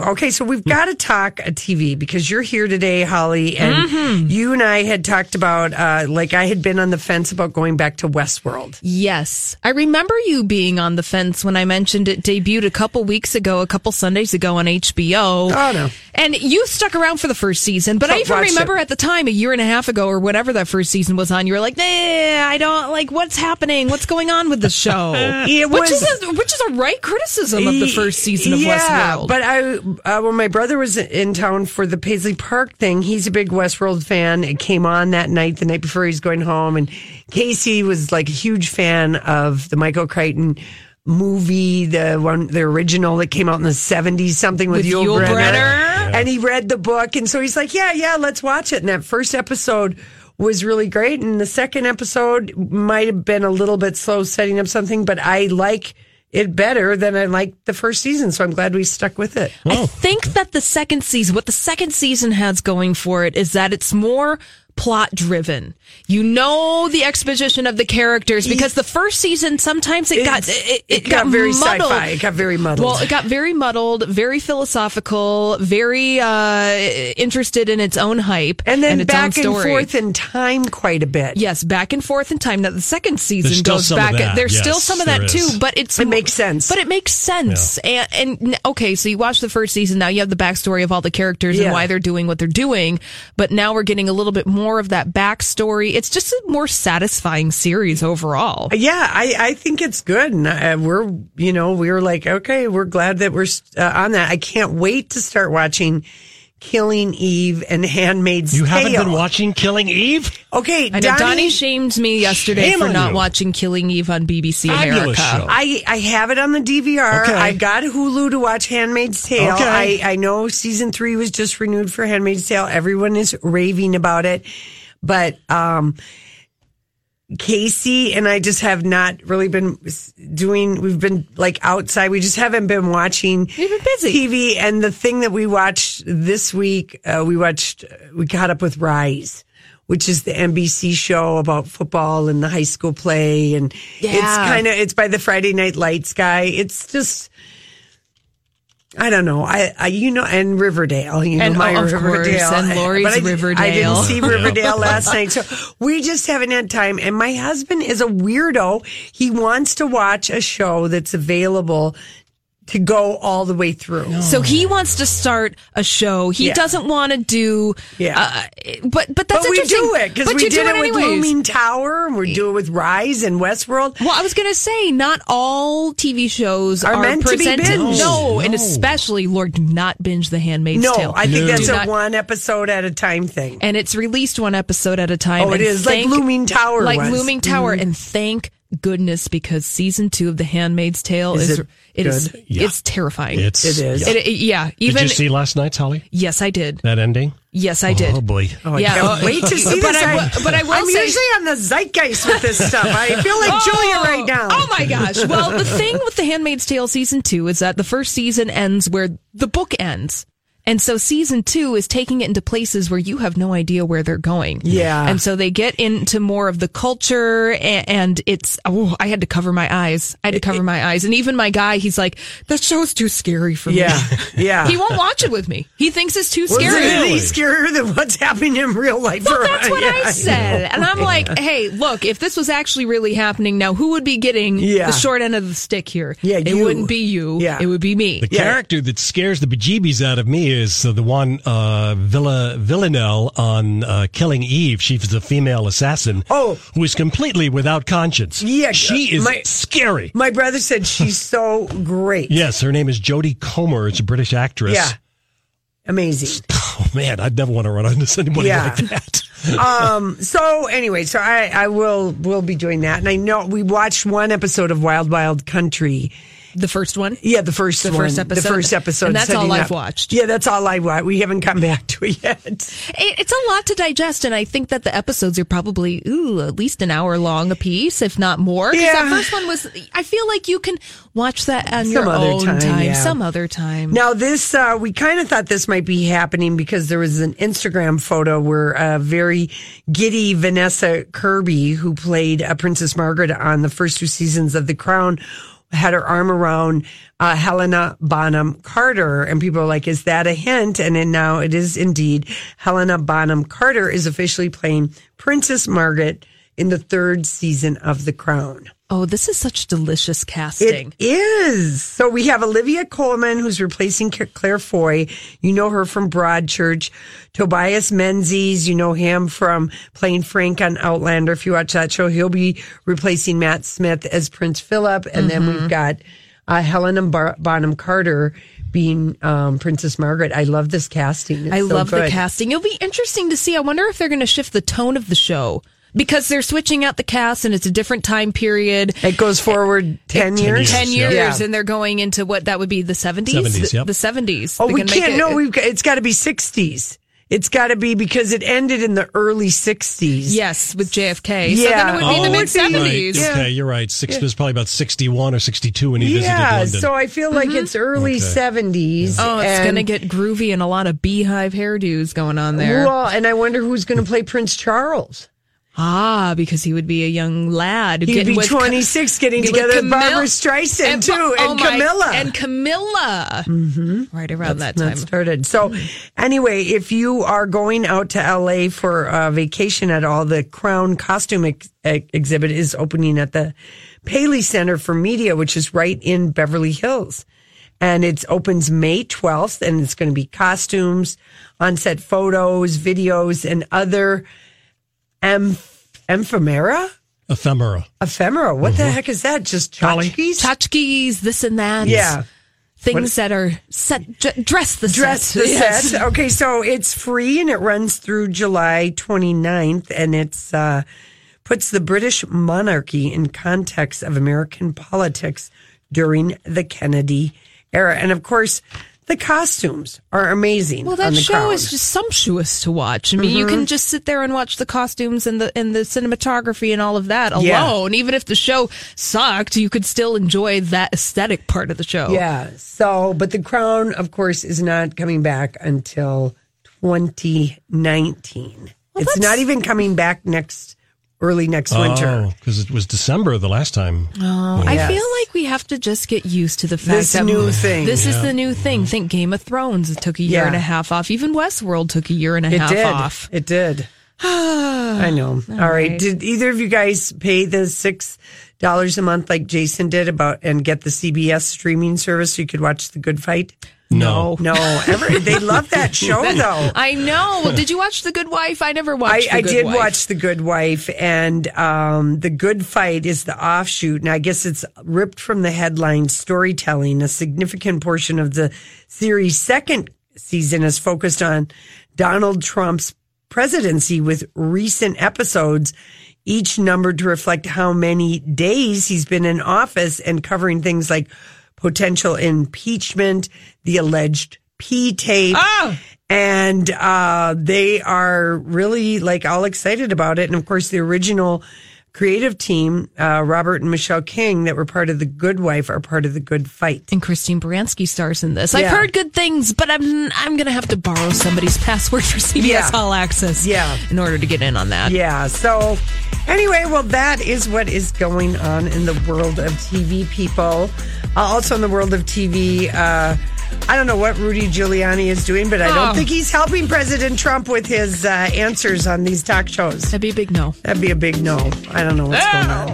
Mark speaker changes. Speaker 1: Okay, so we've got to talk a TV because you're here today, Holly, and
Speaker 2: Mm-hmm.
Speaker 1: you and I had talked about uh, like I had been on the fence about going back to Westworld.
Speaker 2: Yes. I remember you being on the fence when I mentioned it debuted a couple weeks ago, a couple Sundays ago on HBO.
Speaker 1: Oh, no.
Speaker 2: And you stuck around for the first season, but
Speaker 1: Oh,
Speaker 2: I even
Speaker 1: watched
Speaker 2: remember
Speaker 1: it.
Speaker 2: at the time, a year and a half ago or whatever that first season was on, you were like, nah, I don't like what's happening. What's going on with the show?
Speaker 1: It
Speaker 2: which,
Speaker 1: was- E,
Speaker 2: is a, which is a right criticism of the first season of
Speaker 1: yeah,
Speaker 2: Westworld.
Speaker 1: But I, uh, when my brother was in town for the Paisley Park thing, he's a big Westworld fan. It came on that night, the night before he was going home, and Casey was like a huge fan of the Michael Crichton movie, the one, the original that came out in the seventies, something with,
Speaker 2: With
Speaker 1: Yul
Speaker 2: Yul
Speaker 1: Brynner.
Speaker 2: Brynner.
Speaker 1: And he read the book, and so he's like, "Yeah, yeah, let's watch it." And that first episode. Was really great. And the second episode might have been a little bit slow setting up something, but I like it better than I liked the first season. So I'm glad we stuck with it.
Speaker 2: I think that the second season, what the second season has going for it is that it's more plot driven. You know the exposition of the characters because the first season sometimes it got
Speaker 1: It's-
Speaker 2: it, it
Speaker 1: it got very
Speaker 2: muddled.
Speaker 1: sci-fi. It got very muddled.
Speaker 2: Well, it got very muddled, very philosophical, very uh interested in its own hype
Speaker 1: And then
Speaker 2: its
Speaker 1: back
Speaker 2: own
Speaker 1: and
Speaker 2: story.
Speaker 1: forth in time quite a bit.
Speaker 2: Yes, back and forth in time. Now the second season
Speaker 3: There's still
Speaker 2: goes
Speaker 3: some of
Speaker 2: back.
Speaker 3: that.
Speaker 2: There's
Speaker 3: Yes,
Speaker 2: still some of
Speaker 3: there
Speaker 2: that
Speaker 3: is.
Speaker 2: too, but it's
Speaker 1: It makes sense.
Speaker 2: But it makes sense. And, and okay, so you watch the first season. Now you have the backstory of all the characters
Speaker 1: Yeah.
Speaker 2: and why they're doing what they're doing. But now we're getting a little bit more of that backstory. It's just a more satisfying series overall.
Speaker 1: Yeah, I, I think it's good. And I, we're, you know, we were like, okay, we're glad that we're uh, on that. I can't wait to start watching Killing Eve and Handmaid's
Speaker 3: You haven't
Speaker 1: Tale.
Speaker 3: been watching Killing Eve?
Speaker 1: Okay,
Speaker 2: I know Donnie, shamed me yesterday
Speaker 3: Shame
Speaker 2: for
Speaker 3: on
Speaker 2: not
Speaker 3: you.
Speaker 2: watching Killing Eve on BBC
Speaker 3: Fabulous
Speaker 2: America.
Speaker 3: show.
Speaker 1: I, I have it on the DVR.
Speaker 3: Okay.
Speaker 1: I've got Hulu to watch Handmaid's Tale.
Speaker 3: Okay.
Speaker 1: I, I know season three was just renewed for Handmaid's Tale. Everyone is raving about it. But um, Casey and I just have not really been s- doing, we've been like outside. We just haven't been watching
Speaker 2: You've been busy.
Speaker 1: TV. And the thing that we watched this week, uh, we watched, we caught up with Rise. Which is the NBC show about football and the high school play, and it's
Speaker 2: Yeah.
Speaker 1: kind of it's by the Friday Night Lights guy. It's just I don't know. I, I you know, and Riverdale, you know,
Speaker 2: And,
Speaker 1: my
Speaker 2: oh, of course,
Speaker 1: Riverdale
Speaker 2: and Lori's
Speaker 1: But I, I
Speaker 2: Riverdale.
Speaker 1: didn't see Riverdale last night, so we just haven't had time. And my husband is a weirdo. He wants to watch a show that's available to go all the way through.
Speaker 2: So he wants to start a show. He
Speaker 1: Yeah.
Speaker 2: doesn't want to do.
Speaker 1: Yeah.
Speaker 2: Uh, but but that's
Speaker 1: But we
Speaker 2: interesting.
Speaker 1: do it because
Speaker 2: But
Speaker 1: we
Speaker 2: you
Speaker 1: did
Speaker 2: do
Speaker 1: it, with
Speaker 2: anyways.
Speaker 1: Looming Tower, and we do it with Rise and Westworld.
Speaker 2: Well, I was gonna say not all TV shows
Speaker 1: Are
Speaker 2: are,
Speaker 1: meant to be
Speaker 2: presented.
Speaker 1: binged.
Speaker 2: No,
Speaker 3: No.
Speaker 2: and especially Lord, do not binge The Handmaid's
Speaker 1: No,
Speaker 2: Tale.
Speaker 1: I think
Speaker 3: No.
Speaker 1: that's
Speaker 2: Do
Speaker 1: a
Speaker 2: not-
Speaker 1: one episode at a time thing.
Speaker 2: and it's released one episode at a time.
Speaker 1: Oh, it
Speaker 2: and
Speaker 1: is, like
Speaker 2: thank-
Speaker 1: Looming Tower
Speaker 2: like
Speaker 1: was. Mm-hmm.
Speaker 2: Looming Tower, and thank goodness because season two of The Handmaid's Tale
Speaker 1: Is
Speaker 2: is,
Speaker 1: it
Speaker 2: it is
Speaker 1: good?
Speaker 3: Yeah.
Speaker 2: it's terrifying.
Speaker 3: It's
Speaker 1: It is.
Speaker 2: It- it- yeah,
Speaker 3: Did
Speaker 2: even
Speaker 3: you see last night's Holly?
Speaker 2: yes, I did.
Speaker 3: That ending?
Speaker 2: Yes, I did.
Speaker 3: Oh boy.
Speaker 1: I
Speaker 2: Yeah.
Speaker 1: can't wait to see
Speaker 2: But
Speaker 1: this.
Speaker 2: I
Speaker 1: I'm-
Speaker 2: will- but I will
Speaker 1: I'm
Speaker 2: say-
Speaker 1: usually on the zeitgeist with this stuff. I feel like Julia right now.
Speaker 2: Oh my gosh. Well, the thing with The Handmaid's Tale season two is that the first season ends where the book ends. And so season two is taking it into places where you have no idea where they're going.
Speaker 1: Yeah.
Speaker 2: And so they get into more of the culture and, and it's, oh, I had to cover my eyes. I had to cover my eyes. And even my guy, he's like, that show's too scary for me.
Speaker 1: Yeah, yeah.
Speaker 2: he won't watch it with me. He thinks it's too
Speaker 1: Was
Speaker 2: scary.
Speaker 1: it really scarier than what's happening in real life?
Speaker 2: Well,
Speaker 1: for-
Speaker 2: that's what
Speaker 1: Yeah,
Speaker 2: I said.
Speaker 1: know.
Speaker 2: And I'm like, hey, look, if this was actually really happening now, who would be getting
Speaker 1: Yeah.
Speaker 2: the short end of the stick here?
Speaker 1: Yeah,
Speaker 2: it
Speaker 1: you.
Speaker 2: wouldn't be you.
Speaker 1: Yeah.
Speaker 2: It would be me.
Speaker 3: The
Speaker 1: Yeah.
Speaker 3: character that scares the bejeebies out of me is uh, the one uh, Villa Villanelle on uh, Killing Eve. She's the female assassin.
Speaker 1: Oh.
Speaker 3: who is completely without conscience.
Speaker 1: Yeah,
Speaker 3: she is
Speaker 1: my-
Speaker 3: scary.
Speaker 1: My brother said she's so great.
Speaker 3: yes, her name is Jodie Comer. It's a British actress.
Speaker 1: Yeah. Amazing.
Speaker 3: Oh man, I'd never want to run into anybody
Speaker 1: Yeah.
Speaker 3: like that.
Speaker 1: So anyway, so I, I will will be doing that. And I know we watched one episode of Wild Wild Country.
Speaker 2: The first one.
Speaker 1: Yeah, the first
Speaker 2: The
Speaker 1: one.
Speaker 2: first
Speaker 1: The
Speaker 2: episode.
Speaker 1: first episode.
Speaker 2: And that's all
Speaker 1: setting
Speaker 2: I've
Speaker 1: up.
Speaker 2: watched.
Speaker 1: Yeah, that's all I watched. We haven't come back to it yet.
Speaker 2: It, it's a lot to digest, and I think that the episodes are probably ooh at least an hour long a piece, if not more. 'Cause
Speaker 1: Yeah.
Speaker 2: That first one was. I feel like you can watch that on
Speaker 1: Some
Speaker 2: your
Speaker 1: other
Speaker 2: own
Speaker 1: time,
Speaker 2: time,
Speaker 1: yeah.
Speaker 2: some other time.
Speaker 1: Now, this, uh, we kind of thought this might be happening because there was an Instagram photo where a very giddy Vanessa Kirby, who played uh, Princess Margaret on the first two seasons of The Crown, had her arm around uh, Helena Bonham Carter, and people are like, "Is that a hint?" And then now it is indeed. Helena Bonham Carter is officially playing Princess Margaret in the third season of The Crown.
Speaker 2: Oh, this is such delicious casting.
Speaker 1: It is. So we have Olivia Coleman, who's replacing Ca- Claire Foy. You know her from Broadchurch. Tobias Menzies, you know him from playing Frank on Outlander. If you watch that show, he'll be replacing Matt Smith as Prince Philip. And then
Speaker 2: Mm-hmm.
Speaker 1: we've got uh, Helen and Bar- Bonham Carter being um, Princess Margaret. I love this casting. It's
Speaker 2: I
Speaker 1: so
Speaker 2: love the
Speaker 1: good.
Speaker 2: casting. It'll be interesting to see. I wonder if they're going to shift the tone of the show because they're switching out the cast and it's a different time period.
Speaker 1: It goes forward 10 years.
Speaker 2: 10
Speaker 3: Yeah.
Speaker 2: years
Speaker 1: Yeah.
Speaker 2: and they're going into what that would be the 70s
Speaker 3: 70s, yep.
Speaker 2: the 70s
Speaker 1: Oh,
Speaker 2: They
Speaker 1: we
Speaker 2: can make
Speaker 1: can't.
Speaker 2: it-
Speaker 1: no, we've got, it's got to be 60s. It's got to be because it ended in the early 60s.
Speaker 2: yes with jfk so
Speaker 1: Yeah.
Speaker 2: then it would be
Speaker 1: Oh,
Speaker 2: the mid
Speaker 1: it'd be-
Speaker 3: Right.
Speaker 2: 70s
Speaker 3: Okay, you're right. Six, It was probably about 61 or 62 when he
Speaker 1: Yeah,
Speaker 3: visited London.
Speaker 1: so I feel like it's early
Speaker 3: Okay.
Speaker 1: 70s.
Speaker 2: Mm-hmm. oh it's
Speaker 1: and-
Speaker 2: going to get groovy and a lot of beehive hairdos going on there
Speaker 1: Well, and I wonder who's going to play Prince Charles.
Speaker 2: ah because he would be a young lad
Speaker 1: He'd
Speaker 2: getting
Speaker 1: be
Speaker 2: with-
Speaker 1: 26 getting
Speaker 2: with
Speaker 1: together with
Speaker 2: Camille-
Speaker 1: Barbara Streisand, too,
Speaker 2: Ba-
Speaker 1: and
Speaker 2: oh my-
Speaker 1: Camilla.
Speaker 2: and camilla mm-hmm. right around that time
Speaker 1: Not started. So, anyway, if you are going out to LA for a vacation at all, the Crown Costume ex- ex- exhibit is opening at the Paley Center for Media, which is right in Beverly Hills. And it opens May 12th, and it's going to be costumes, on set photos, videos, and other em- ephemera?
Speaker 3: Ephemera.
Speaker 1: Ephemera. What the heck is that? Just
Speaker 3: Golly.
Speaker 1: tchotchkes?
Speaker 2: tchotchkes this and that
Speaker 1: Yeah.
Speaker 2: things that are set d- dress the
Speaker 1: Dress
Speaker 2: set.
Speaker 1: the
Speaker 2: Yes.
Speaker 1: set. Okay, so it's free and it runs through July 29th and it's uh puts the British monarchy in context of American politics during the Kennedy era. And of course, the costumes are amazing.
Speaker 2: Well, that
Speaker 1: on the Mm-hmm.
Speaker 2: show
Speaker 1: Crown.
Speaker 2: is just sumptuous to watch. I mean, you can just sit there and watch the costumes and the and the cinematography and all of that
Speaker 1: Yeah.
Speaker 2: alone. Even if the show sucked, you could still enjoy that aesthetic part of the show.
Speaker 1: Yeah. So, but the crown, of course, is not coming back until 2019. it's
Speaker 2: that's-
Speaker 1: not even coming back next, early next winter. Oh,
Speaker 3: because Oh, it was December the last time.
Speaker 2: I
Speaker 1: Yes.
Speaker 2: feel like we have to just get used to the fact
Speaker 1: This
Speaker 2: that
Speaker 1: new thing.
Speaker 2: This is the new thing. Think Game of Thrones it took a year
Speaker 1: Yeah.
Speaker 2: and a half off. Even Westworld took a year and a
Speaker 1: It
Speaker 2: half
Speaker 1: did.
Speaker 2: off.
Speaker 1: It did. I know. All right. Did either of you guys pay the six dollars a month like Jason did about and get the CBS streaming service so you could watch The Good Fight?
Speaker 3: No.
Speaker 1: No, ever. they love that show though.
Speaker 2: I know. Well, did you watch The Good Wife? I never
Speaker 1: I,
Speaker 2: watched.
Speaker 1: I
Speaker 2: the Good
Speaker 1: did
Speaker 2: Wife.
Speaker 1: watch The Good Wife, and um, The Good Fight is the offshoot, and I guess it's ripped from the headline storytelling. A significant portion of the series' second season is focused on Donald Trump's presidency, with recent episodes each numbered to reflect how many days he's been in office and covering things like potential impeachment, the alleged P tape
Speaker 2: Oh!
Speaker 1: and uh, they are really like all excited about it. And of course, the original creative team, uh, Robert and Michelle King, that were part of the Good Wife, are part of the Good Fight.
Speaker 2: and Christine Baranski stars in this. I've
Speaker 1: Yeah.
Speaker 2: heard good things, but I'm I'm gonna have to borrow somebody's password for CBS
Speaker 1: Yeah.
Speaker 2: All Access,
Speaker 1: Yeah.
Speaker 2: in order to get in on that.
Speaker 1: Yeah. So anyway, well, that is what is going on in the world of TV, people. Uh, also in the world of TV. Uh, I don't know what Rudy Giuliani is doing, but I don't
Speaker 2: Oh.
Speaker 1: think he's helping President Trump with his uh, answers on these talk shows.
Speaker 2: That'd be a big no.
Speaker 1: That'd be a big no. I don't know what's going on.